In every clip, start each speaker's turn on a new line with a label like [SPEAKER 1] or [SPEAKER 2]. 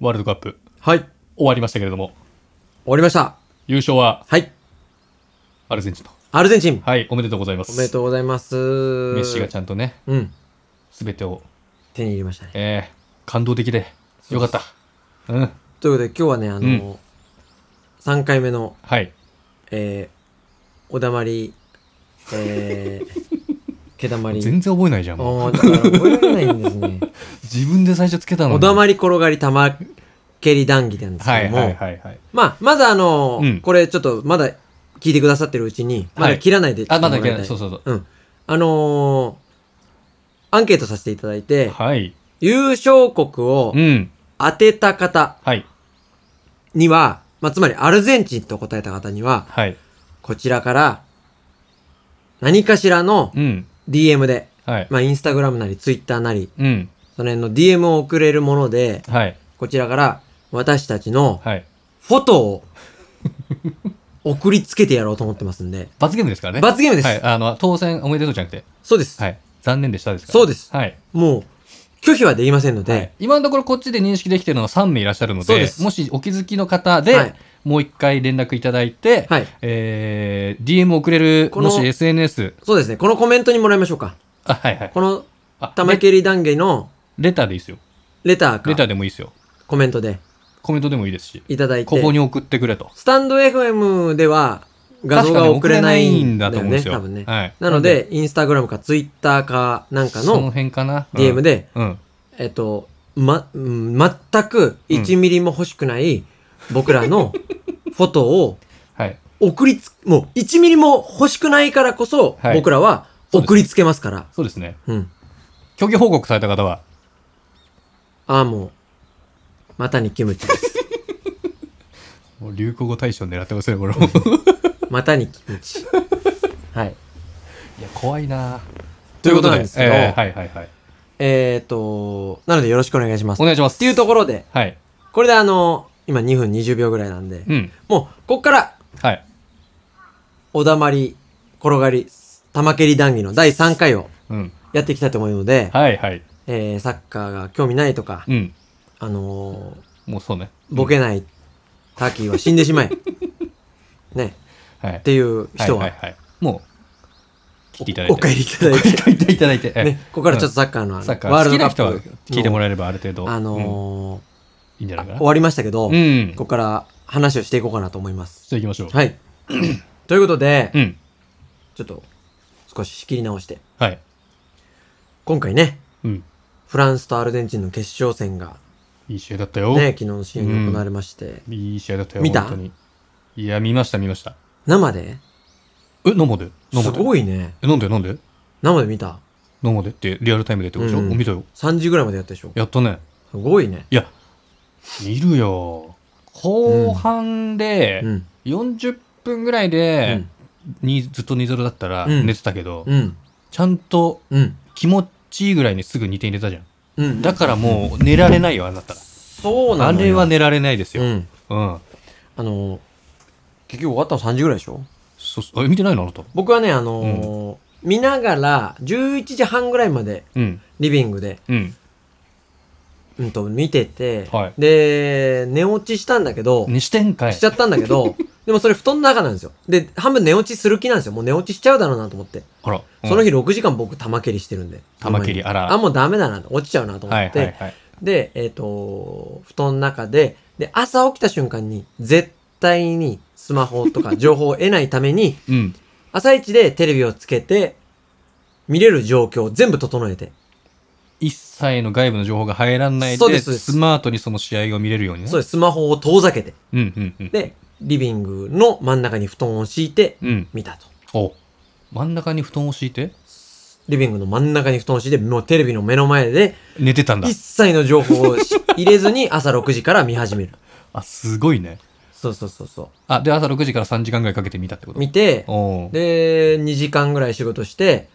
[SPEAKER 1] ワールドカップ
[SPEAKER 2] はい。終
[SPEAKER 1] 終わりましたけれども、
[SPEAKER 2] わりました。
[SPEAKER 1] 優勝は
[SPEAKER 2] はい。
[SPEAKER 1] アルゼンチンと。
[SPEAKER 2] アルゼンチン。
[SPEAKER 1] はい、おめでとうございます。
[SPEAKER 2] おめでとうございます。メ
[SPEAKER 1] メッシがちゃんとね、
[SPEAKER 2] うん。
[SPEAKER 1] すべてを、
[SPEAKER 2] 手に入れましたね。
[SPEAKER 1] えー、感動的で、よかった。うん。
[SPEAKER 2] ということで、今日はね、あ
[SPEAKER 1] う
[SPEAKER 2] の、三3回目の、
[SPEAKER 1] はい。
[SPEAKER 2] えー、おだまり、えー、 けだまり。
[SPEAKER 1] 全然覚えないじゃん。もう
[SPEAKER 2] ああ、だから覚えられないんです ね。
[SPEAKER 1] 自分で最初つけたのに。
[SPEAKER 2] おだまり転がり玉蹴り談義なんです
[SPEAKER 1] は
[SPEAKER 2] けど
[SPEAKER 1] い
[SPEAKER 2] も、
[SPEAKER 1] はいはいはい。
[SPEAKER 2] まあ、まずあの、
[SPEAKER 1] うん
[SPEAKER 2] これちょっとまだ聞いてくださってるうちに、ま
[SPEAKER 1] は
[SPEAKER 2] だ
[SPEAKER 1] い
[SPEAKER 2] 切らないで、
[SPEAKER 1] あ、まだいけない。そう
[SPEAKER 2] う。
[SPEAKER 1] そうそう。
[SPEAKER 2] うん。あのーアンケートさせていただいて、
[SPEAKER 1] はい。
[SPEAKER 2] 優勝国を
[SPEAKER 1] うん。
[SPEAKER 2] 当てた方
[SPEAKER 1] はい。
[SPEAKER 2] には、まあ、つまりアルゼンチンと答えた方には、
[SPEAKER 1] はい。
[SPEAKER 2] こちらから、何かしらの
[SPEAKER 1] うん。
[SPEAKER 2] DM で、
[SPEAKER 1] はい。
[SPEAKER 2] まあ、インスタグラムなり、ツイッターなり、
[SPEAKER 1] うん。
[SPEAKER 2] その辺の DM を送れるもので、
[SPEAKER 1] はい。
[SPEAKER 2] こちらから、私たちの
[SPEAKER 1] はい。
[SPEAKER 2] フォ トを送りつけてやろうと思ってますんで。
[SPEAKER 1] 罰ゲームですからね。
[SPEAKER 2] 罰ゲームです。
[SPEAKER 1] はい。あの、当選おめでとうじゃなくて、
[SPEAKER 2] そうです、
[SPEAKER 1] はい。残念でしたですから。
[SPEAKER 2] そうです
[SPEAKER 1] はい。
[SPEAKER 2] もう、拒否はできませんので、
[SPEAKER 1] はい今のところこっちで認識できてるのは3名いらっしゃるので
[SPEAKER 2] そうです
[SPEAKER 1] もしお気づきの方
[SPEAKER 2] は
[SPEAKER 1] で
[SPEAKER 2] い
[SPEAKER 1] もう一回連絡いただいて、
[SPEAKER 2] はい
[SPEAKER 1] えー DM 送れる
[SPEAKER 2] こ
[SPEAKER 1] も
[SPEAKER 2] の
[SPEAKER 1] し SNS
[SPEAKER 2] そうですね。このコメントにもらいましょうか。
[SPEAKER 1] あはいはい
[SPEAKER 2] この
[SPEAKER 1] あ
[SPEAKER 2] 玉
[SPEAKER 1] レ
[SPEAKER 2] 蹴り談義の
[SPEAKER 1] レターでいいですよ
[SPEAKER 2] レター
[SPEAKER 1] レター
[SPEAKER 2] か、
[SPEAKER 1] でもいいですよ
[SPEAKER 2] コメントで
[SPEAKER 1] コメントでもいいですし
[SPEAKER 2] いただいて、
[SPEAKER 1] ここに送ってくれと
[SPEAKER 2] スタンド FM では画像
[SPEAKER 1] 確か
[SPEAKER 2] が
[SPEAKER 1] に
[SPEAKER 2] 送れないんだ
[SPEAKER 1] 送れないんだと思うん
[SPEAKER 2] よ
[SPEAKER 1] で
[SPEAKER 2] ね、
[SPEAKER 1] すよ
[SPEAKER 2] 多分ね。
[SPEAKER 1] はい
[SPEAKER 2] なので、インスタグラムかツイッターかなんか
[SPEAKER 1] その
[SPEAKER 2] の
[SPEAKER 1] 辺かな
[SPEAKER 2] DM で、
[SPEAKER 1] うん、うん
[SPEAKER 2] えっと、ま、うん全く1ミリも欲しくない僕らのフォトを
[SPEAKER 1] はい
[SPEAKER 2] 送りつ、もう1ミリも欲しくないからこそ、
[SPEAKER 1] はい
[SPEAKER 2] 僕らは送りつけますから。
[SPEAKER 1] そうですね
[SPEAKER 2] うん。
[SPEAKER 1] 競技報告された方は
[SPEAKER 2] ああ、もう、またにキムチです。
[SPEAKER 1] もう流行語大賞狙ってますねこれも
[SPEAKER 2] またにキムチ。はい。
[SPEAKER 1] いや怖いな
[SPEAKER 2] ということなんですけど
[SPEAKER 1] えーはいはいはい
[SPEAKER 2] えっ、と、なのでよろしくお願いします。
[SPEAKER 1] お
[SPEAKER 2] っ
[SPEAKER 1] 願いします
[SPEAKER 2] ていうところで、
[SPEAKER 1] はい
[SPEAKER 2] これであの、今2分20秒ぐらいなんで、
[SPEAKER 1] うん
[SPEAKER 2] もう、こっから、
[SPEAKER 1] はい
[SPEAKER 2] おだまり、転がり、玉蹴り談義の第3回を
[SPEAKER 1] うん
[SPEAKER 2] やっていきたいと思うので、
[SPEAKER 1] はいはい
[SPEAKER 2] えーサッカーが興味ないとか、
[SPEAKER 1] うん
[SPEAKER 2] あの
[SPEAKER 1] もうそうね
[SPEAKER 2] ーボケないターキーは死んでし まえ。ね、
[SPEAKER 1] はい
[SPEAKER 2] っていう人は、
[SPEAKER 1] いはいい、もう聞いていただい
[SPEAKER 2] お
[SPEAKER 1] て
[SPEAKER 2] 帰りいただいて、
[SPEAKER 1] お帰りいただいて、ええ
[SPEAKER 2] ね、ここからちょっとサッカーのあの
[SPEAKER 1] サッカ
[SPEAKER 2] ワー
[SPEAKER 1] ー好
[SPEAKER 2] ル
[SPEAKER 1] き
[SPEAKER 2] ド
[SPEAKER 1] な
[SPEAKER 2] カ
[SPEAKER 1] 人は
[SPEAKER 2] ップ
[SPEAKER 1] 聞いてもらえればある程度
[SPEAKER 2] あ
[SPEAKER 1] うん
[SPEAKER 2] の
[SPEAKER 1] いいんじゃ
[SPEAKER 2] ー
[SPEAKER 1] ないかな
[SPEAKER 2] 終わりましたけど、
[SPEAKER 1] う
[SPEAKER 2] こ
[SPEAKER 1] ん
[SPEAKER 2] こから話をしていこうかなと思います。
[SPEAKER 1] じゃあ行きましょう
[SPEAKER 2] はい。ということで、
[SPEAKER 1] うん
[SPEAKER 2] ちょっと少し仕切り直して、
[SPEAKER 1] はい
[SPEAKER 2] 今回ね、
[SPEAKER 1] うん
[SPEAKER 2] フランスとアルゼンチンの決勝戦が
[SPEAKER 1] いい試合だったよ、
[SPEAKER 2] ね、昨日の試合に行われまして、
[SPEAKER 1] いい試合だったよ
[SPEAKER 2] 見た
[SPEAKER 1] 本当にいや見ました見ました
[SPEAKER 2] 生で
[SPEAKER 1] え飲むです飲むで
[SPEAKER 2] ごいね。
[SPEAKER 1] え飲んで飲んで
[SPEAKER 2] 生で見た。
[SPEAKER 1] 飲むでってリアルタイムでってことでしょ、
[SPEAKER 2] うん
[SPEAKER 1] お見たよ
[SPEAKER 2] 3時ぐらいまでやったでしょ。
[SPEAKER 1] やったね
[SPEAKER 2] すごいね。
[SPEAKER 1] いや見るよ後半で
[SPEAKER 2] うん。
[SPEAKER 1] 40分ぐらいうで
[SPEAKER 2] ん。
[SPEAKER 1] にずっと2-0だったら
[SPEAKER 2] うん
[SPEAKER 1] 寝てたけど、
[SPEAKER 2] うん。
[SPEAKER 1] ちゃんと
[SPEAKER 2] うん。
[SPEAKER 1] 気持ちいいぐらいにすぐ2点入れたじゃん
[SPEAKER 2] うん。
[SPEAKER 1] だからもう寝られないよあなた
[SPEAKER 2] そうな
[SPEAKER 1] あ
[SPEAKER 2] のよ
[SPEAKER 1] れは寝られないです
[SPEAKER 2] う
[SPEAKER 1] よ
[SPEAKER 2] ん。
[SPEAKER 1] うん、
[SPEAKER 2] あのー、結局終わったの3時ぐらいでしょ
[SPEAKER 1] そそえ見てないのあなた
[SPEAKER 2] 僕はね、あのー、見ながら、11時半ぐらいまで、
[SPEAKER 1] うん
[SPEAKER 2] リビングで、
[SPEAKER 1] うん
[SPEAKER 2] うんと、見てて、
[SPEAKER 1] はい
[SPEAKER 2] で、寝落ちしたんだけど、
[SPEAKER 1] にしてんかい
[SPEAKER 2] しちゃったんだけ ど、でもそれ布団の中なんですよ。で、半分寝落ちする気なんですよ。もう寝落ちしちゃうだろうなと思って。
[SPEAKER 1] あら、うん
[SPEAKER 2] その日6時間僕玉蹴りしてるんで。
[SPEAKER 1] 玉蹴りあら
[SPEAKER 2] あ、もうダメだなと、落ちちゃうなと思
[SPEAKER 1] は
[SPEAKER 2] っ
[SPEAKER 1] い
[SPEAKER 2] て。
[SPEAKER 1] はいはい
[SPEAKER 2] で、えっ、と、布団の中で、で、朝起きた瞬間に、絶対にスマ ホとか情報を得ないために、
[SPEAKER 1] うん
[SPEAKER 2] 朝一でテレビをつけて、見れる状況を全部整えて。
[SPEAKER 1] 一切の外部の情報が入らないで
[SPEAKER 2] そうですそうです
[SPEAKER 1] スマートにその試合を見れるようにね
[SPEAKER 2] そう
[SPEAKER 1] う
[SPEAKER 2] です、スマホを遠ざけて。
[SPEAKER 1] うんうんうん
[SPEAKER 2] で、リビングの真ん中に布団を敷いて、
[SPEAKER 1] うん
[SPEAKER 2] 見たと。
[SPEAKER 1] お真ん中に布団を敷いて
[SPEAKER 2] リビングの真ん中に布団を敷いて、もうテレビの目の前で、
[SPEAKER 1] 寝てたんだ
[SPEAKER 2] 一切の情報をし入れずに朝6時から見始める。
[SPEAKER 1] あすごいね
[SPEAKER 2] そうそうそうそ
[SPEAKER 1] あで朝6時から3時間ぐらいかけて見たってこ
[SPEAKER 2] う。
[SPEAKER 1] と
[SPEAKER 2] 見て、
[SPEAKER 1] おで
[SPEAKER 2] で、2時間ぐらい仕事して、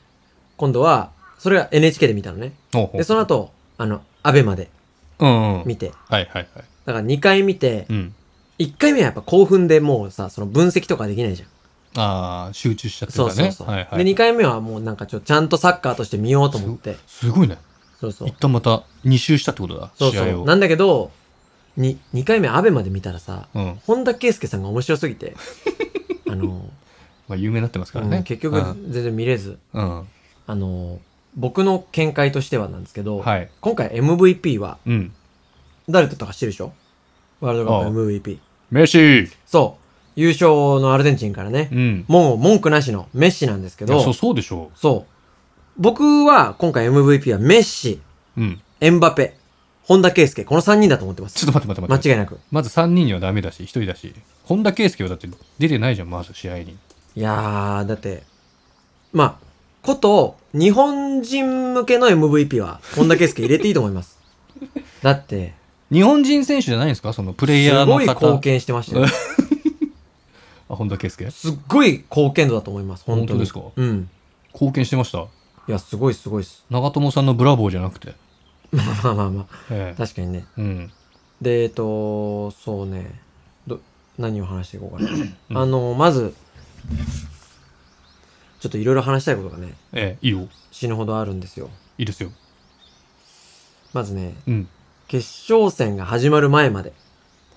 [SPEAKER 2] 今度は、それは NHK で見たのね。
[SPEAKER 1] おう
[SPEAKER 2] で、その後、あの、アベまで
[SPEAKER 1] うん、うん、
[SPEAKER 2] 見て。
[SPEAKER 1] はいはいはい
[SPEAKER 2] だから2回見て
[SPEAKER 1] う、ん
[SPEAKER 2] 1回目はやっぱ興奮でもうさ、その分析とかできないじゃん。
[SPEAKER 1] ああ集中しちゃってるか
[SPEAKER 2] そう
[SPEAKER 1] ら
[SPEAKER 2] そ
[SPEAKER 1] ね
[SPEAKER 2] うそう。
[SPEAKER 1] はいはい
[SPEAKER 2] で、2回目はもうなんかちょ、ちゃんとサッカーとして見ようと思って。
[SPEAKER 1] すごいね
[SPEAKER 2] そうそう
[SPEAKER 1] 一。旦また2周したってことだ
[SPEAKER 2] そう
[SPEAKER 1] 試
[SPEAKER 2] そ
[SPEAKER 1] 合
[SPEAKER 2] う。
[SPEAKER 1] を
[SPEAKER 2] なんだけど、に、2回目アベまで見たらさ、
[SPEAKER 1] うん。
[SPEAKER 2] 本田圭佑さんが面白すぎ て、あの、
[SPEAKER 1] まあ、有名になってますから
[SPEAKER 2] う
[SPEAKER 1] ね
[SPEAKER 2] ん。結局
[SPEAKER 1] うん。
[SPEAKER 2] 全然見れず、
[SPEAKER 1] うん
[SPEAKER 2] あの、僕の見解としてはなんですけど、
[SPEAKER 1] はい。
[SPEAKER 2] 今回 MVP は
[SPEAKER 1] うん。
[SPEAKER 2] 誰とったか知ってるでしょワールドカップ MVP。
[SPEAKER 1] メッシー
[SPEAKER 2] そう。優勝のアルゼンチンからね、
[SPEAKER 1] うん。
[SPEAKER 2] もう文句なしのメッシなんですけ
[SPEAKER 1] いや
[SPEAKER 2] ど、
[SPEAKER 1] そ、
[SPEAKER 2] そう
[SPEAKER 1] そうでしょ
[SPEAKER 2] う。僕は今回 MVP はメッシ、
[SPEAKER 1] う。うん。
[SPEAKER 2] エンバペ、本田圭佑、この3人だと思ってま
[SPEAKER 1] ち
[SPEAKER 2] す。
[SPEAKER 1] ょっと待って待って
[SPEAKER 2] 間
[SPEAKER 1] 待って。
[SPEAKER 2] 違いなく。
[SPEAKER 1] まず3人にはダメだし、1人だし。本田圭佑はだって出てないじゃん、まず試合に。
[SPEAKER 2] いやー、だって、まあ、こと、日本人向けの MVP は、本田圭佑入れていいと思 います。だって、
[SPEAKER 1] 日本人選手じゃないんですかそのプレイヤ
[SPEAKER 2] す
[SPEAKER 1] ーの
[SPEAKER 2] ごい
[SPEAKER 1] 方。
[SPEAKER 2] 貢献してましたよ。
[SPEAKER 1] あ、本田圭佑
[SPEAKER 2] すっごい貢献度だと思います、本当 に。
[SPEAKER 1] 本当ですか
[SPEAKER 2] うん。
[SPEAKER 1] 貢献してました。
[SPEAKER 2] いや、すごいすごいっす。
[SPEAKER 1] 長友さんのブラボーじゃなくて。
[SPEAKER 2] まあまあまあまあ、
[SPEAKER 1] ええ
[SPEAKER 2] 確かにね。
[SPEAKER 1] うん。
[SPEAKER 2] で、えっと、そうね。ど、何を話してい こうかな。
[SPEAKER 1] うん
[SPEAKER 2] あの、まず、ちょっといろいろ話したいことがね、
[SPEAKER 1] ええ、いいよ。
[SPEAKER 2] 死ぬほどあるんですよ。
[SPEAKER 1] いいですよ。
[SPEAKER 2] まずね、
[SPEAKER 1] うん。
[SPEAKER 2] 決勝戦が始まる前まで、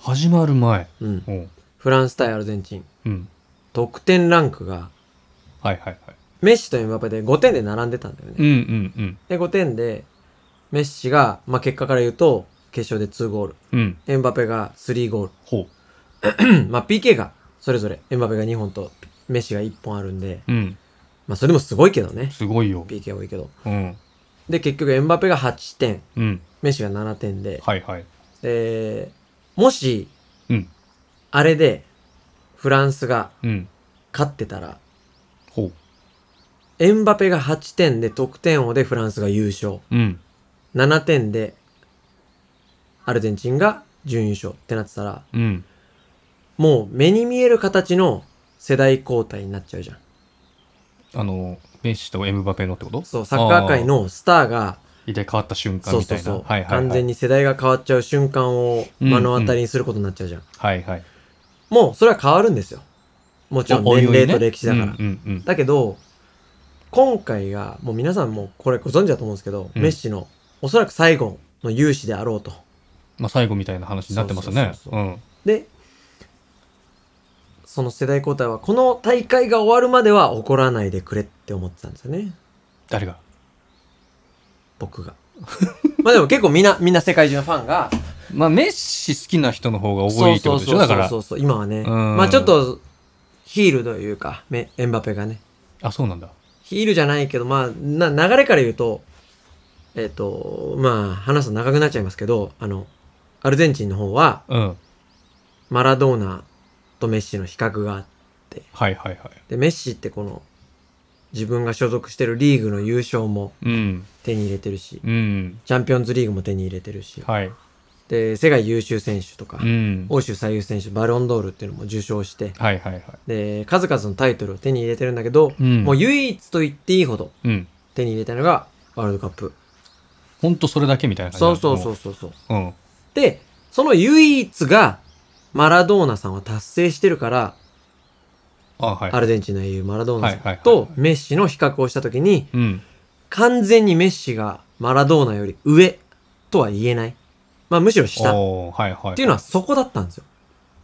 [SPEAKER 1] 始まる前。
[SPEAKER 2] うん、
[SPEAKER 1] おう
[SPEAKER 2] フランス対アルゼンチン、
[SPEAKER 1] うん。
[SPEAKER 2] 得点ランクが、
[SPEAKER 1] はいはいはい。
[SPEAKER 2] メッシとエムバペで5点で並んでたんだよ
[SPEAKER 1] う
[SPEAKER 2] ね。
[SPEAKER 1] んうん
[SPEAKER 2] で、5点で、メッシが、まあ、結果から言うと、決勝で2ゴール、
[SPEAKER 1] うん。うん。
[SPEAKER 2] エムバペが3ゴール、
[SPEAKER 1] ほ
[SPEAKER 2] うんまあ、PK がそれぞれ、エムバペが2本と、メッシが1本あるんで、
[SPEAKER 1] う。うん。
[SPEAKER 2] まあ、それもすごいけどね。
[SPEAKER 1] すごいよ。
[SPEAKER 2] PK 多いけど。
[SPEAKER 1] うん。
[SPEAKER 2] で、結局エムバペが8点、
[SPEAKER 1] うん。
[SPEAKER 2] メッシが7点で、
[SPEAKER 1] はいはい。
[SPEAKER 2] で、もし、
[SPEAKER 1] うん
[SPEAKER 2] あれで、フランスが
[SPEAKER 1] うん。
[SPEAKER 2] 勝ってたら、
[SPEAKER 1] ほ
[SPEAKER 2] エンバペが8点で得点王でフランスが優勝。
[SPEAKER 1] う。うん。
[SPEAKER 2] 7点で、アルゼンチンが準優勝ってなってたら、
[SPEAKER 1] うん。
[SPEAKER 2] もう目に見える形の世代交代になっちゃうじゃん。
[SPEAKER 1] あの、メッシとエムバペのってこと
[SPEAKER 2] そう、サッカー界。のスターが、
[SPEAKER 1] 一体変わった瞬間
[SPEAKER 2] そう
[SPEAKER 1] み
[SPEAKER 2] そ
[SPEAKER 1] た
[SPEAKER 2] う
[SPEAKER 1] い
[SPEAKER 2] そ
[SPEAKER 1] な。
[SPEAKER 2] う、
[SPEAKER 1] はいはいはい。
[SPEAKER 2] 完全に世代が変わっちゃう瞬間を目の当たりにすることになっちゃうじゃん。
[SPEAKER 1] はいはい。
[SPEAKER 2] もうそれは変わるんですよ。もちろん
[SPEAKER 1] おおい
[SPEAKER 2] 年
[SPEAKER 1] おいね
[SPEAKER 2] 齢と歴史だから。
[SPEAKER 1] うんうんうん。
[SPEAKER 2] だけど、今回が、もう皆さんもこれご存知だと思うんですけど、
[SPEAKER 1] うん
[SPEAKER 2] メッシのおそらく最後の勇姿であろうと。
[SPEAKER 1] まあ最後みたいな話になってますね。
[SPEAKER 2] そうそう
[SPEAKER 1] う
[SPEAKER 2] そ
[SPEAKER 1] ん。
[SPEAKER 2] で、その世代交代は、この大会が終わるまでは怒らないでくれって思ってたんですよね。
[SPEAKER 1] 誰が
[SPEAKER 2] 僕 が。まあでも結構みんな、みんな世界中のファンが、
[SPEAKER 1] まあメッシ好きな人の方が多いってことでしょだから
[SPEAKER 2] そ。うそうそうそう、今はね。
[SPEAKER 1] うん
[SPEAKER 2] まあちょっと、ヒールというか、メエンバペがね。
[SPEAKER 1] あ、そうなんだ。
[SPEAKER 2] ヒールじゃないけど、まあ、な、流れから言うと、えっ、と、まあ、話すと長くなっちゃいますけど、あの、アルゼンチンの方は、
[SPEAKER 1] うん。
[SPEAKER 2] マラドーナとメッシの比較があって、
[SPEAKER 1] はいはいはい。
[SPEAKER 2] で、メッシってこの、自分が所属してるリーグの優勝も
[SPEAKER 1] うん。
[SPEAKER 2] 手に入れてるし、
[SPEAKER 1] うん。
[SPEAKER 2] チャンピオンズリーグも手に入れてるし、
[SPEAKER 1] はい。
[SPEAKER 2] で、世界優秀選手とか、
[SPEAKER 1] うん。
[SPEAKER 2] 欧州最優秀選手、バロンドールっていうのも受賞して、
[SPEAKER 1] はいはいはい。
[SPEAKER 2] で、数々のタイトルを手に入れてるんだけど、
[SPEAKER 1] うん
[SPEAKER 2] もう唯一と言っていいほど
[SPEAKER 1] うん。
[SPEAKER 2] 手に入れたのがワールドカップ。
[SPEAKER 1] ほんとそれだけみたいな感じ
[SPEAKER 2] そうそうそう
[SPEAKER 1] う。
[SPEAKER 2] そうそう。
[SPEAKER 1] うん。
[SPEAKER 2] で、その唯一が、マラドーナさんは達成してるから、
[SPEAKER 1] あ、はい
[SPEAKER 2] ア。ルゼンチンの英雄マラドーナ
[SPEAKER 1] はいは
[SPEAKER 2] さ
[SPEAKER 1] い
[SPEAKER 2] ん
[SPEAKER 1] はい
[SPEAKER 2] とメッシの比較をしたときに、
[SPEAKER 1] うん。
[SPEAKER 2] 完全にメッシがマラドーナより上とは言えない。まあむしろ下っ
[SPEAKER 1] おーはいはい。
[SPEAKER 2] ていうのはそこだったんですよ。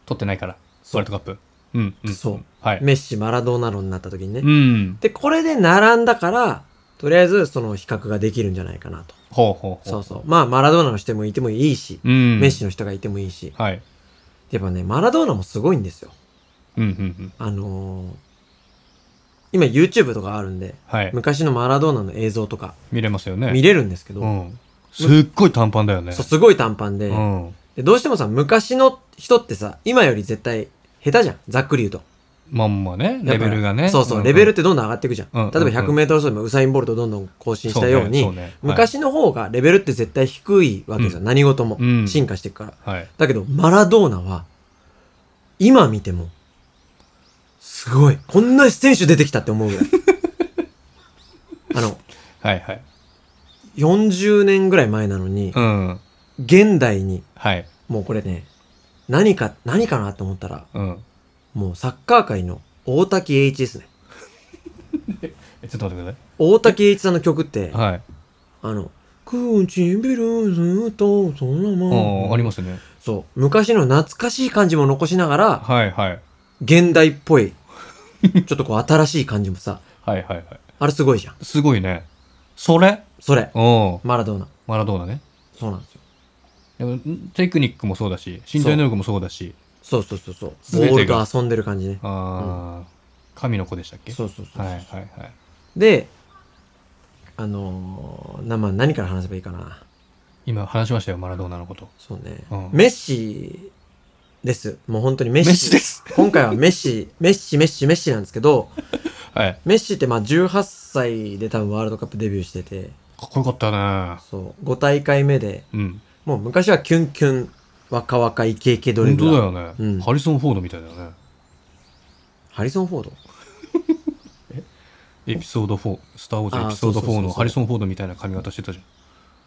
[SPEAKER 1] 取ってないから。
[SPEAKER 2] そう
[SPEAKER 1] ワールドカップ。うん。うん
[SPEAKER 2] そう。
[SPEAKER 1] はい。
[SPEAKER 2] メッシ、マラドーナ論になったときに
[SPEAKER 1] う
[SPEAKER 2] ね。
[SPEAKER 1] ん。
[SPEAKER 2] で、これで並んだから、とりあえずその比較ができるんじゃないかなと。
[SPEAKER 1] ほうほうほう。
[SPEAKER 2] そうそう。まあマラドーナの人もいてもいいし、
[SPEAKER 1] うん。
[SPEAKER 2] メッシの人がいてもいいし。
[SPEAKER 1] はい。
[SPEAKER 2] やっぱね、マラドーナもすごいんですよ。
[SPEAKER 1] うんうんうん。
[SPEAKER 2] あのー、今 YouTube とかあるんで、
[SPEAKER 1] はい。
[SPEAKER 2] 昔のマラドーナの映像とか
[SPEAKER 1] 見れますよね。
[SPEAKER 2] 見れるんですけど、
[SPEAKER 1] うん。すっごい短パンだよね。
[SPEAKER 2] そうすごい短パンで,、
[SPEAKER 1] うん。
[SPEAKER 2] で、どうしてもさ、昔の人ってさ、今より絶対下手じゃん。ざっくり言うと。
[SPEAKER 1] まんまね、レベルがね。
[SPEAKER 2] そうそう、
[SPEAKER 1] んん
[SPEAKER 2] レベルってどんどん上がっていくじゃん。
[SPEAKER 1] うんうんうん
[SPEAKER 2] 例えば100メートル走でもウサインボルトどんどん更新したように、
[SPEAKER 1] そねそね
[SPEAKER 2] 昔の方がレベルって絶対低いわけですよ。何事も
[SPEAKER 1] う。ん
[SPEAKER 2] 進化していくから。
[SPEAKER 1] はい。はい
[SPEAKER 2] だけど、マラドーナは、今見ても、すごい。こんな選手出てきたって思う ぐらい。あの、
[SPEAKER 1] はいはい。
[SPEAKER 2] 40年ぐらい前なのに
[SPEAKER 1] う、ん。
[SPEAKER 2] 現代に、
[SPEAKER 1] はい。
[SPEAKER 2] もうこれね、何か、何かなと思ったら、
[SPEAKER 1] うん。
[SPEAKER 2] もうサッカー界の大滝栄一ですね。
[SPEAKER 1] えちょっと待ってくだ
[SPEAKER 2] 大滝栄一さんの曲って、
[SPEAKER 1] さい。はい。
[SPEAKER 2] あの、唇ずっとそのま
[SPEAKER 1] あ
[SPEAKER 2] ま。
[SPEAKER 1] ーありますね
[SPEAKER 2] そう。昔の懐かしい感じも残しながら、
[SPEAKER 1] はいはい
[SPEAKER 2] 現代っぽ い、ちょっとこう新しい感じもさ、
[SPEAKER 1] はいはいはい
[SPEAKER 2] あれすごいじゃん。
[SPEAKER 1] すごいねそれ
[SPEAKER 2] それ。
[SPEAKER 1] うん
[SPEAKER 2] マラドーナ。
[SPEAKER 1] マラドーナね
[SPEAKER 2] そうなんですよ。
[SPEAKER 1] でもんテクニックもそうだし身体能力もそうだし
[SPEAKER 2] そうそうそうそう。
[SPEAKER 1] 全てが
[SPEAKER 2] ボールと遊んでる感じね。
[SPEAKER 1] ああ、神の子でしたっけ
[SPEAKER 2] そうそうそう。
[SPEAKER 1] はいはいはい
[SPEAKER 2] で、あのー、な、まあ何から話せばいいかな。
[SPEAKER 1] 今話しましたよマラドーナのこと
[SPEAKER 2] そうね。
[SPEAKER 1] うん
[SPEAKER 2] メッシです。もう本当にメッシ。
[SPEAKER 1] メッシです。
[SPEAKER 2] 今回はメッシ、メッシ、メッシ、メッシなんですけど、
[SPEAKER 1] はい
[SPEAKER 2] メッシってまあ18歳で多分ワールドカップデビューしてて、
[SPEAKER 1] かっこよかったね
[SPEAKER 2] そう、5大会目で、
[SPEAKER 1] うん
[SPEAKER 2] もう昔はキュンキュン、若々イケイケドリ
[SPEAKER 1] 本
[SPEAKER 2] ブラ
[SPEAKER 1] 当だ
[SPEAKER 2] ー。
[SPEAKER 1] よね、
[SPEAKER 2] うん
[SPEAKER 1] ハリソン・フォードみたいだよね
[SPEAKER 2] ハリソン・フォード
[SPEAKER 1] エピソード4スター・ウォーズ
[SPEAKER 2] あ
[SPEAKER 1] エ
[SPEAKER 2] ー
[SPEAKER 1] ピソード
[SPEAKER 2] そうそ
[SPEAKER 1] 4
[SPEAKER 2] うそうそう
[SPEAKER 1] のハリソン・フォードみたいな髪型してたじゃん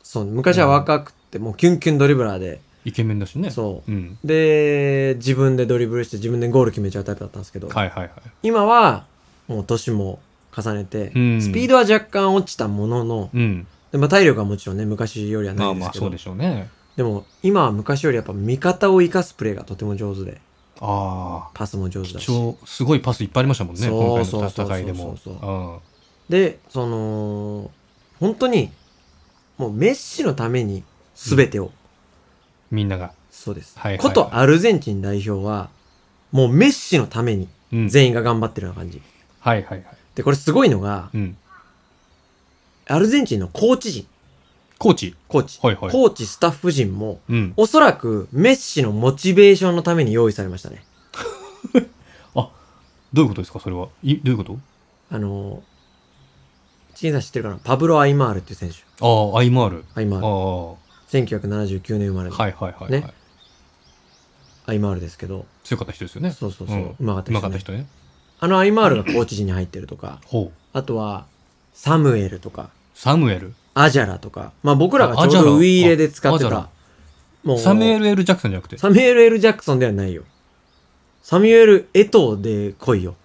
[SPEAKER 2] そう、昔は若くて、もうキュンキュンドリブラーで、
[SPEAKER 1] イケメンだしね
[SPEAKER 2] そ
[SPEAKER 1] うん
[SPEAKER 2] う。で、自分でドリブルして自分でゴール決めちゃうタイプだったんですけど、
[SPEAKER 1] はいはいはい
[SPEAKER 2] 今は、もう年も重ねて、
[SPEAKER 1] うん
[SPEAKER 2] スピードは若干落ちたものの、
[SPEAKER 1] うん
[SPEAKER 2] でまあ、体力はもちろんね、昔よりは
[SPEAKER 1] ま
[SPEAKER 2] な
[SPEAKER 1] あ
[SPEAKER 2] いで
[SPEAKER 1] ますあ
[SPEAKER 2] け
[SPEAKER 1] そ
[SPEAKER 2] ど、
[SPEAKER 1] うでしょうね
[SPEAKER 2] でも今は昔よりやっぱ味方を生かすプレーがとても上手で、
[SPEAKER 1] あ
[SPEAKER 2] パスも上手
[SPEAKER 1] あ
[SPEAKER 2] だし。
[SPEAKER 1] 超すごいパスいっぱいありましたもんね
[SPEAKER 2] そう
[SPEAKER 1] 今回
[SPEAKER 2] そう
[SPEAKER 1] の
[SPEAKER 2] そう
[SPEAKER 1] 戦いでも
[SPEAKER 2] そうそう
[SPEAKER 1] うん
[SPEAKER 2] で、その、本当に、もうメッシのために全てを、
[SPEAKER 1] みんなが
[SPEAKER 2] そうです、
[SPEAKER 1] はいはいはい
[SPEAKER 2] ことアルゼンチン代表は、もうメッシのために
[SPEAKER 1] うん
[SPEAKER 2] 全員が頑張ってるような感じ。
[SPEAKER 1] はいはいはい
[SPEAKER 2] で、これすごいのが、
[SPEAKER 1] うん
[SPEAKER 2] アルゼンチンのコーチ陣、
[SPEAKER 1] コーチ
[SPEAKER 2] コーチ、
[SPEAKER 1] はいはい
[SPEAKER 2] コーチスタッフ陣も、
[SPEAKER 1] うん
[SPEAKER 2] おそらくメッシのモチベーションのために用意されましたね。
[SPEAKER 1] どういうことですかそれはいどういうこと
[SPEAKER 2] あのー、チキンさん知ってるかなパブロ・アイマールっていう選手。
[SPEAKER 1] ああ IMR
[SPEAKER 2] アイマ
[SPEAKER 1] あ
[SPEAKER 2] ール。
[SPEAKER 1] あは
[SPEAKER 2] 1979年生まれ
[SPEAKER 1] い
[SPEAKER 2] の
[SPEAKER 1] はいはいはい
[SPEAKER 2] ねアイマールですけど、
[SPEAKER 1] 強かった人ですよね
[SPEAKER 2] そうそうそう、
[SPEAKER 1] うん
[SPEAKER 2] うまかっ
[SPEAKER 1] う
[SPEAKER 2] たで
[SPEAKER 1] ますかった
[SPEAKER 2] よね。
[SPEAKER 1] 人ね
[SPEAKER 2] あのアイマールがコーチ陣に入ってるとか、
[SPEAKER 1] ほう
[SPEAKER 2] あとは、サムエルとか、
[SPEAKER 1] サムエル
[SPEAKER 2] アジャラとか、まあ僕らが
[SPEAKER 1] あア
[SPEAKER 2] ち
[SPEAKER 1] ジ
[SPEAKER 2] ょ
[SPEAKER 1] ャ
[SPEAKER 2] う
[SPEAKER 1] ラ
[SPEAKER 2] どウィーレで使って
[SPEAKER 1] あアジャ
[SPEAKER 2] た
[SPEAKER 1] ラ、
[SPEAKER 2] もう、
[SPEAKER 1] サムエ
[SPEAKER 2] ル、
[SPEAKER 1] ル・エル・ジャクソンじゃなくて
[SPEAKER 2] サミュエル・ L ・ジャクソンではないよ。サミュエル・エトーで来い よ。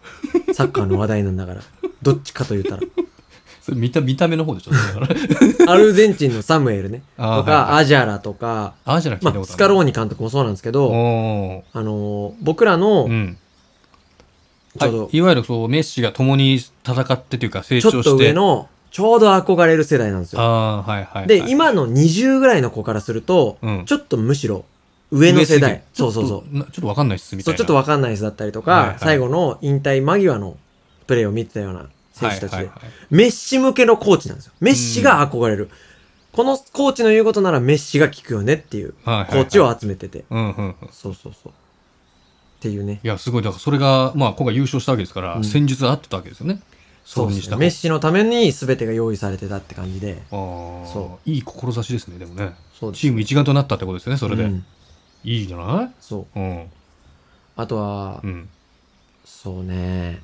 [SPEAKER 2] サッカーの話題なんだから。どっちかと言ったら。
[SPEAKER 1] それ見た見た目の方 でしょだから
[SPEAKER 2] アルゼンチンのサムエルね。
[SPEAKER 1] あー
[SPEAKER 2] と
[SPEAKER 1] はい
[SPEAKER 2] か、アジャラとか、
[SPEAKER 1] ああじゃなくて
[SPEAKER 2] ま
[SPEAKER 1] 聞いた
[SPEAKER 2] あ、
[SPEAKER 1] こと
[SPEAKER 2] ス
[SPEAKER 1] あ
[SPEAKER 2] カ
[SPEAKER 1] る
[SPEAKER 2] ローニ監督もそうなんですけど、
[SPEAKER 1] お
[SPEAKER 2] あのー僕らの、
[SPEAKER 1] ーうん
[SPEAKER 2] ちょうど、
[SPEAKER 1] はい、いわゆるそうメッシが共に戦ってというか成
[SPEAKER 2] ち
[SPEAKER 1] 長
[SPEAKER 2] ょ
[SPEAKER 1] し
[SPEAKER 2] ってと上の、ちょうど憧れる世代なんですよ。
[SPEAKER 1] ああーはいはい、はい、
[SPEAKER 2] で、今の20ぐらいの子からすると、
[SPEAKER 1] うん
[SPEAKER 2] ちょっとむしろ上の世代。そうそうそう
[SPEAKER 1] うちょっとわかんないっす
[SPEAKER 2] う。
[SPEAKER 1] み
[SPEAKER 2] そ、
[SPEAKER 1] たいうな
[SPEAKER 2] ちょっとわかんない人だったりとか、
[SPEAKER 1] はいはい
[SPEAKER 2] 最後の引退間際のプレーを見てたような選手たちで、
[SPEAKER 1] はいはいはい
[SPEAKER 2] メッシ向けのコーチなんですよ。メッシが憧れる。このコーチの言うことならメッシが聞くよねっていう
[SPEAKER 1] はいはいはい
[SPEAKER 2] コーチを集めてて。
[SPEAKER 1] うんうんうん
[SPEAKER 2] そうそうそう。っていうね。
[SPEAKER 1] いやすごいだからそれがまあ今回優勝したわけですから、
[SPEAKER 2] うん
[SPEAKER 1] 戦術合ってたわけですよね
[SPEAKER 2] そう
[SPEAKER 1] れ
[SPEAKER 2] で
[SPEAKER 1] にし
[SPEAKER 2] す
[SPEAKER 1] た
[SPEAKER 2] ね。
[SPEAKER 1] 方
[SPEAKER 2] メッシのために全てが用意されてたって感じで。
[SPEAKER 1] ああ
[SPEAKER 2] そ
[SPEAKER 1] いい志ですねでもね
[SPEAKER 2] そうです
[SPEAKER 1] チーム一丸となったってことですよねそれで、
[SPEAKER 2] うん
[SPEAKER 1] いいじゃない
[SPEAKER 2] そう。
[SPEAKER 1] うん
[SPEAKER 2] あとは
[SPEAKER 1] う、ん
[SPEAKER 2] そうね。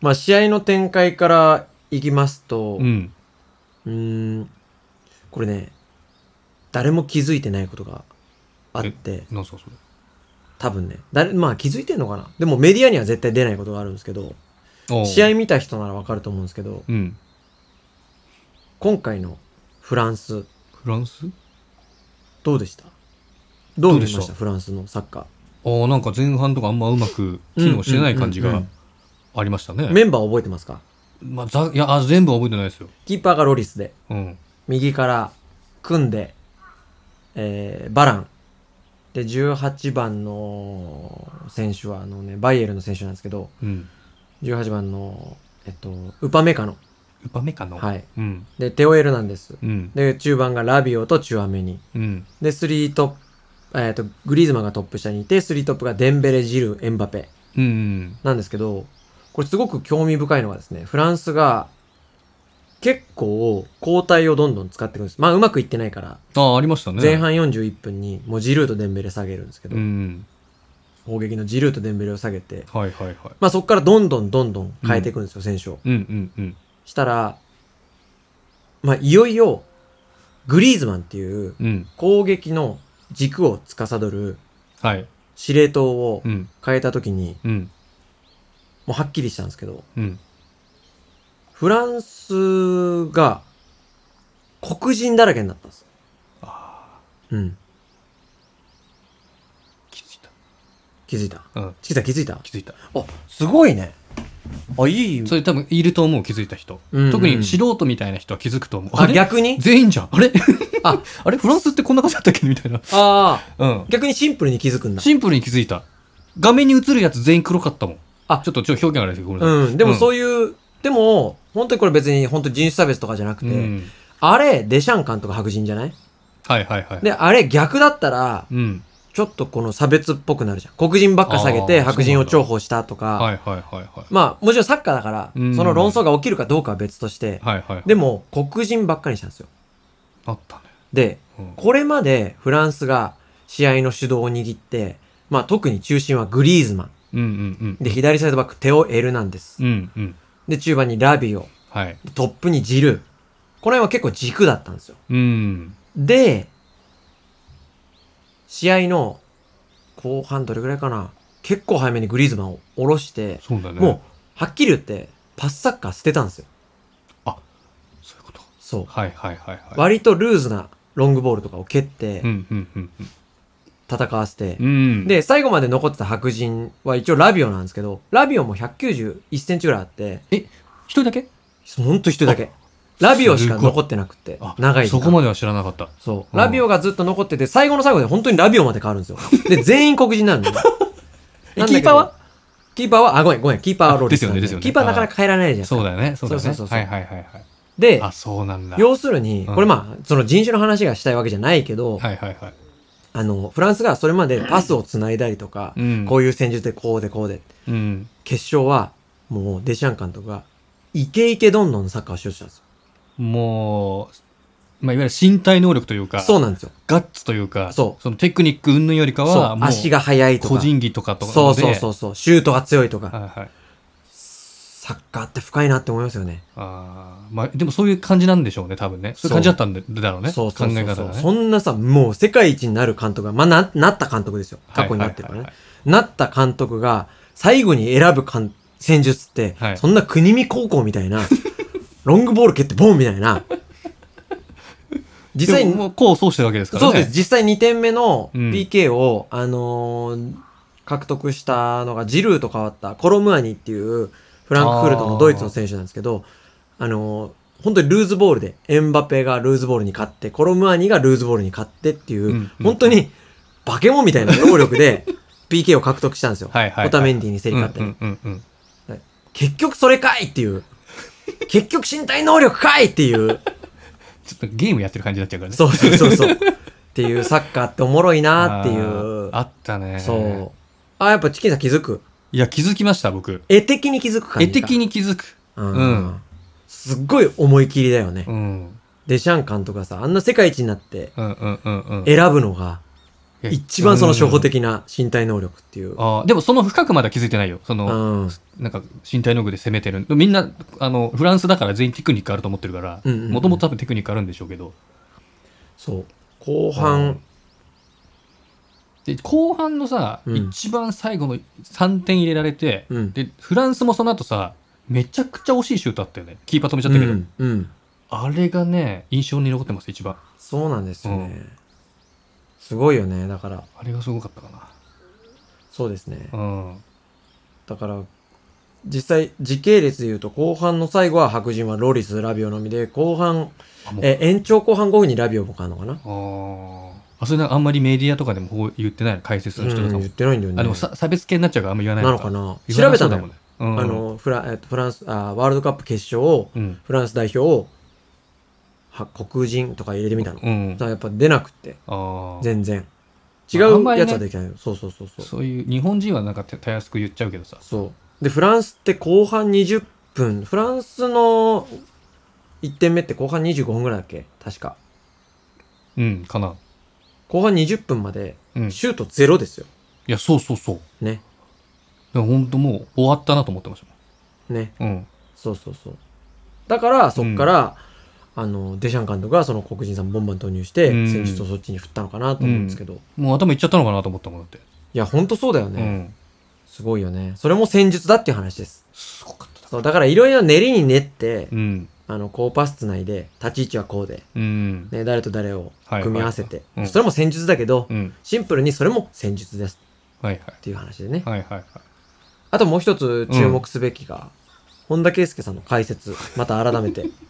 [SPEAKER 2] まあ、試合の展開からいきますと、
[SPEAKER 1] う
[SPEAKER 2] うんーん、これね、誰も気づいてないことがあって、
[SPEAKER 1] なんすかそれ
[SPEAKER 2] 多分ね、誰、まあ気づいてんのかなでもメディアには絶対出ないことがあるんですけど、
[SPEAKER 1] おー
[SPEAKER 2] 試合見た人ならわかると思うんですけど、
[SPEAKER 1] うん
[SPEAKER 2] 今回のフランス、
[SPEAKER 1] フランス
[SPEAKER 2] どうでしたどう見まし
[SPEAKER 1] どうでし
[SPEAKER 2] た
[SPEAKER 1] た
[SPEAKER 2] フランスのサッカ
[SPEAKER 1] あーなんか前半とかあんまうまく機能してない感じ
[SPEAKER 2] うんうん
[SPEAKER 1] が
[SPEAKER 2] うん
[SPEAKER 1] ありましたね、
[SPEAKER 2] ー。メンバー覚えてますか
[SPEAKER 1] まあ、ざいやあ全部覚えてないですよ、
[SPEAKER 2] キーパーがロリスで、
[SPEAKER 1] うん、
[SPEAKER 2] 右から組んで、えーバラン。で、18番の選手は、あのね、バイエルの選手なんですけど、
[SPEAKER 1] うん、
[SPEAKER 2] 18番の、えっと、ウパメカノ。
[SPEAKER 1] ウパメカの、
[SPEAKER 2] はい。
[SPEAKER 1] うん
[SPEAKER 2] で、テオエルなんです。
[SPEAKER 1] うん
[SPEAKER 2] で、中盤がラビオとチュアメニ。
[SPEAKER 1] うん
[SPEAKER 2] で、スリートップ、えっと、グリーズマンがトップ下にいて、スリートップがデンベレ、ジル、エンバペ
[SPEAKER 1] うん
[SPEAKER 2] なんですけど、これすごく興味深いのがですね、フランスが結構交代をどんどん使っていくんです。まあ、うまくいってないから、
[SPEAKER 1] ああありましたね
[SPEAKER 2] 前半41分にもうジルーとデンベレ下げるんですけど、
[SPEAKER 1] うん
[SPEAKER 2] 攻撃のジルーとデンベレを下げて、
[SPEAKER 1] はいはいはい
[SPEAKER 2] まあ、そこからどんどんどんどん変えていくんですよ、選手を。
[SPEAKER 1] うんうんうん
[SPEAKER 2] したら、まあ、いよいよグリーズマンっていう
[SPEAKER 1] うん
[SPEAKER 2] 攻撃の軸を司る
[SPEAKER 1] はい
[SPEAKER 2] 司令塔を
[SPEAKER 1] うん
[SPEAKER 2] 変えた時に、
[SPEAKER 1] うん
[SPEAKER 2] もうはっきりしたんですけど、
[SPEAKER 1] うん
[SPEAKER 2] フランスが黒人だらけになったんです。うん。
[SPEAKER 1] 気づい
[SPEAKER 2] 気づいた。
[SPEAKER 1] た。うん。
[SPEAKER 2] チキさん気づいたあ
[SPEAKER 1] 気づいた。、
[SPEAKER 2] すごいね。あ、いい
[SPEAKER 1] それ多分いると思う、気づいた人。
[SPEAKER 2] うんうん
[SPEAKER 1] 特に素人みたいな人は気づくと思う。
[SPEAKER 2] あ、
[SPEAKER 1] れ
[SPEAKER 2] 逆に
[SPEAKER 1] 全員じゃん。あれ
[SPEAKER 2] あ、
[SPEAKER 1] あれフランスってこんな感じだったっけみたいな。
[SPEAKER 2] ああ、
[SPEAKER 1] うん。
[SPEAKER 2] 逆にシンプルに気づくんだ。
[SPEAKER 1] シンプルに気づいた。画面に映るやつ全員黒かったもん。
[SPEAKER 2] あ
[SPEAKER 1] ちょっとちょっと表現あれですけど、ごめんなさい。
[SPEAKER 2] うん。でもそういう、でも、本当にこれ別に本当に人種差別とかじゃなくて、
[SPEAKER 1] うん。
[SPEAKER 2] あれ、デシャン監督白人じゃない
[SPEAKER 1] はいはいはい。
[SPEAKER 2] で、あれ逆だったら、
[SPEAKER 1] うん。
[SPEAKER 2] ちょっとこの差別っぽくなるじゃん。黒人ばっか下げて
[SPEAKER 1] あー
[SPEAKER 2] 白人を重宝したとか、
[SPEAKER 1] はいはいはいはい。
[SPEAKER 2] まあもちろんサッカーだから、
[SPEAKER 1] うん
[SPEAKER 2] その論争が起きるかどうかは別として、
[SPEAKER 1] はいはい。
[SPEAKER 2] でも黒人ばっかりにしたんですよ。
[SPEAKER 1] あったね。
[SPEAKER 2] で、
[SPEAKER 1] うん
[SPEAKER 2] これまでフランスが試合の主導を握って、まあ特に中心はグリーズマン。
[SPEAKER 1] うんうんうん。
[SPEAKER 2] で、左サイドバックテオ・エルナンデス。
[SPEAKER 1] うんうん。
[SPEAKER 2] で、中盤にラビオ。
[SPEAKER 1] はい。
[SPEAKER 2] トップにジルー。この辺は結構軸だったんですよ。
[SPEAKER 1] うん。
[SPEAKER 2] で、試合の後半どれぐらいかな結構早めにグリーズマンを下ろして、
[SPEAKER 1] そうだね。
[SPEAKER 2] もう、はっきり言って、パスサッカー捨てたんですよ。
[SPEAKER 1] そういうこと。
[SPEAKER 2] そう。
[SPEAKER 1] はいはいはいはい。
[SPEAKER 2] 割とルーズなロングボールとかを蹴って
[SPEAKER 1] うんうんうん
[SPEAKER 2] 戦わせて、
[SPEAKER 1] うん。うん。、
[SPEAKER 2] で、最後まで残ってた白人は一応ラビオなんですけど、ラビオも191センチぐらいあって、
[SPEAKER 1] 一人だけ
[SPEAKER 2] ほんと一人だけ。ラビオしか残ってなくて
[SPEAKER 1] あ、、
[SPEAKER 2] 長い時
[SPEAKER 1] そ
[SPEAKER 2] 間
[SPEAKER 1] こまでは知らなかった。
[SPEAKER 2] そう。
[SPEAKER 1] うん
[SPEAKER 2] ラビオがずっと残ってて、最後の最後で本当にラビオまで変わるんですよ。で、全員黒 人なんだよ。
[SPEAKER 1] え
[SPEAKER 2] なんだ
[SPEAKER 1] キ
[SPEAKER 2] けど
[SPEAKER 1] ーパーは
[SPEAKER 2] キーパーは、あ、ごめん、ごめん、キーパーはロリスなん
[SPEAKER 1] あですよねですよね
[SPEAKER 2] キーパーなかなか変えられないじゃん。
[SPEAKER 1] そうだよね。そうだよ
[SPEAKER 2] そう
[SPEAKER 1] ね。
[SPEAKER 2] そうそうそ
[SPEAKER 1] は
[SPEAKER 2] う
[SPEAKER 1] いはいはいはい。
[SPEAKER 2] で、
[SPEAKER 1] あ、そうなんだ。はい
[SPEAKER 2] 要するに、
[SPEAKER 1] うん
[SPEAKER 2] これまあ、その人種の話がしたいわけじゃないけど、
[SPEAKER 1] はいはい。
[SPEAKER 2] あの、フランスがそれまでパスを繋いだりとか、
[SPEAKER 1] うん。
[SPEAKER 2] こういう戦術でこうでこうで、
[SPEAKER 1] うん。
[SPEAKER 2] 決勝は、もう、デシャン監督が、イケイケどんどんのサッカーをしようとしたんですよ。
[SPEAKER 1] もう、まあ、いわゆる身体能力というか、
[SPEAKER 2] そうなんですよ。
[SPEAKER 1] ガッツというか、
[SPEAKER 2] そう
[SPEAKER 1] のテクニック云々よりか
[SPEAKER 2] そ
[SPEAKER 1] は、
[SPEAKER 2] う。
[SPEAKER 1] もう
[SPEAKER 2] 足が速いとか。
[SPEAKER 1] 個人技とかとか。
[SPEAKER 2] そうそうそううそう。シュートが強いとか。
[SPEAKER 1] はいはい。
[SPEAKER 2] サッカーって深いなって思いますよね。
[SPEAKER 1] あーまあ、でもそういう感じなんでしょうね、多分ね。そういう感じだったんだろうね。
[SPEAKER 2] そうそうそう
[SPEAKER 1] 考
[SPEAKER 2] そ
[SPEAKER 1] え方
[SPEAKER 2] う
[SPEAKER 1] がね。
[SPEAKER 2] そんなさ、もう世界一になる監督が、まあな、なった監督ですよ。過去になってるからね。
[SPEAKER 1] はい
[SPEAKER 2] なった監督が、最後に選ぶかん戦術って、
[SPEAKER 1] はい
[SPEAKER 2] そんな国見高校みた いな、ロングボール蹴ってボンみたいな。実際
[SPEAKER 1] で
[SPEAKER 2] に、
[SPEAKER 1] ももうこうそうしてるわけですからね。
[SPEAKER 2] そうです。実際2点目の
[SPEAKER 1] うん
[SPEAKER 2] PK を、あのー獲得したのがジルーと変わったコロムアニっていうフランクフルトのドイツの選手なんですけど、あのー本当にルーズボールで、エンバペがルーズボールに勝って、コロムアニがルーズボールに勝ってっていう、
[SPEAKER 1] うんうんうん
[SPEAKER 2] 本当に化け物みたいな能 力で PK を獲得したんですよ。
[SPEAKER 1] はいはいはい
[SPEAKER 2] オタメンディに競り勝って、
[SPEAKER 1] うんうんうんうん
[SPEAKER 2] 結局それかいっていう。結局身体能力かいっていう。
[SPEAKER 1] ちょっとゲームやってる感じになっちゃうからね。
[SPEAKER 2] そうそうそうそう。っていうサッカーっておもろいなーってい
[SPEAKER 1] あ
[SPEAKER 2] う
[SPEAKER 1] ー。あったね。
[SPEAKER 2] そう。あ、やっぱチキンさん気づく。
[SPEAKER 1] う。いや、気づきました、僕。
[SPEAKER 2] 絵的に気づく感
[SPEAKER 1] 絵
[SPEAKER 2] じか。
[SPEAKER 1] 的に気づく。
[SPEAKER 2] うん。
[SPEAKER 1] うん
[SPEAKER 2] すっごい思い切りだよね。
[SPEAKER 1] うん。
[SPEAKER 2] デシャン監督がさ、あんな世界一になって
[SPEAKER 1] うんうんうんうん。
[SPEAKER 2] 選ぶのが、
[SPEAKER 1] いや
[SPEAKER 2] 一番その初歩。的な身体能力っていう。
[SPEAKER 1] うんあーでもその深くまだ気づいてないよ。そうの、
[SPEAKER 2] ん。
[SPEAKER 1] なんか身体能力で攻めてる。みんな、あの、フランスだから全員テクニックあると思ってるから、
[SPEAKER 2] うんうんうん
[SPEAKER 1] もともと多分テクニックあるんでしょうけど。
[SPEAKER 2] そう。後
[SPEAKER 1] う
[SPEAKER 2] 半
[SPEAKER 1] ん、で、後半のさ、
[SPEAKER 2] うん
[SPEAKER 1] 一番最後の3点入れられて、
[SPEAKER 2] うん。
[SPEAKER 1] で、フランスもその後さ、めちゃくちゃ惜しいシュートあったよね。キーパー止めちゃったけど。
[SPEAKER 2] うん。うん。
[SPEAKER 1] あれがね、印象に残ってます、一番。
[SPEAKER 2] そうなんですよね。
[SPEAKER 1] う
[SPEAKER 2] すごいよね。だから、
[SPEAKER 1] あれがすごかったか
[SPEAKER 2] そうですね。
[SPEAKER 1] な。うん。
[SPEAKER 2] だから、実際、時系列で言うと、後半の最後は白人はロリス、ラビオのみで、後半、
[SPEAKER 1] あもう
[SPEAKER 2] え、延長後半5分にラビオも変わるのかな
[SPEAKER 1] ああ。それなんかあんまりメディアとかでもこう言ってないの解説の人とか
[SPEAKER 2] うん
[SPEAKER 1] も。
[SPEAKER 2] 言ってないんだよね。
[SPEAKER 1] あ、でもさ差別系になっちゃうからあんま言わない
[SPEAKER 2] なのかな
[SPEAKER 1] 言
[SPEAKER 2] 調
[SPEAKER 1] わ
[SPEAKER 2] べ
[SPEAKER 1] な
[SPEAKER 2] た
[SPEAKER 1] そ
[SPEAKER 2] ん
[SPEAKER 1] うだ
[SPEAKER 2] だよ
[SPEAKER 1] もん。ね。うん
[SPEAKER 2] あの、フラ、えっと、フランス、あ、ワールドカップ決勝を、
[SPEAKER 1] うん。
[SPEAKER 2] フランス代表を、は、黒人とか入れてみたの。だか
[SPEAKER 1] うん。
[SPEAKER 2] らやっぱ出なくて、
[SPEAKER 1] ああ。
[SPEAKER 2] 全然。違
[SPEAKER 1] まああん
[SPEAKER 2] う
[SPEAKER 1] まりね
[SPEAKER 2] やつはできないよ。そうそうそうそう。
[SPEAKER 1] そういう、日本人はなんかたたやすく言っちゃうけどさ。
[SPEAKER 2] そう。で、フランスって後半20分、フランスの1点目って後半25分ぐらいだっけ確か。
[SPEAKER 1] うん、かな。
[SPEAKER 2] 後半20分まで、
[SPEAKER 1] うん。い
[SPEAKER 2] シュートゼロですよ。
[SPEAKER 1] や、そうそうそう。
[SPEAKER 2] ね。
[SPEAKER 1] でもほんともう終わったなと思ってまし
[SPEAKER 2] ね。
[SPEAKER 1] たもん。うん。
[SPEAKER 2] そうそうそう。だから、そっから、あの、デシャン監督がその黒人さんボンバン投入して、
[SPEAKER 1] うん
[SPEAKER 2] 戦術をそっちに振ったのかなと思うんですけど。い
[SPEAKER 1] もう頭いっちゃったのかなと思ったもんだって。
[SPEAKER 2] や、ほんとそうだよ
[SPEAKER 1] う
[SPEAKER 2] ね、
[SPEAKER 1] ん。
[SPEAKER 2] すごいよね。それも戦術だっていう話です。
[SPEAKER 1] すごかった。
[SPEAKER 2] そう、だからいろいろ練りに練って
[SPEAKER 1] う、ん。
[SPEAKER 2] あの、こうパスつないで、立ち位置はこうで、
[SPEAKER 1] うん。
[SPEAKER 2] ね、誰と誰を組み合わせて、
[SPEAKER 1] はいはいはいうん
[SPEAKER 2] それも戦術だけど、
[SPEAKER 1] うん。
[SPEAKER 2] シンプルにそれも戦術です
[SPEAKER 1] はい
[SPEAKER 2] っていう話でね。
[SPEAKER 1] はい。はいはいはい。
[SPEAKER 2] あともう一つ注目すべきが、本田圭佑さんの解説、また改めて。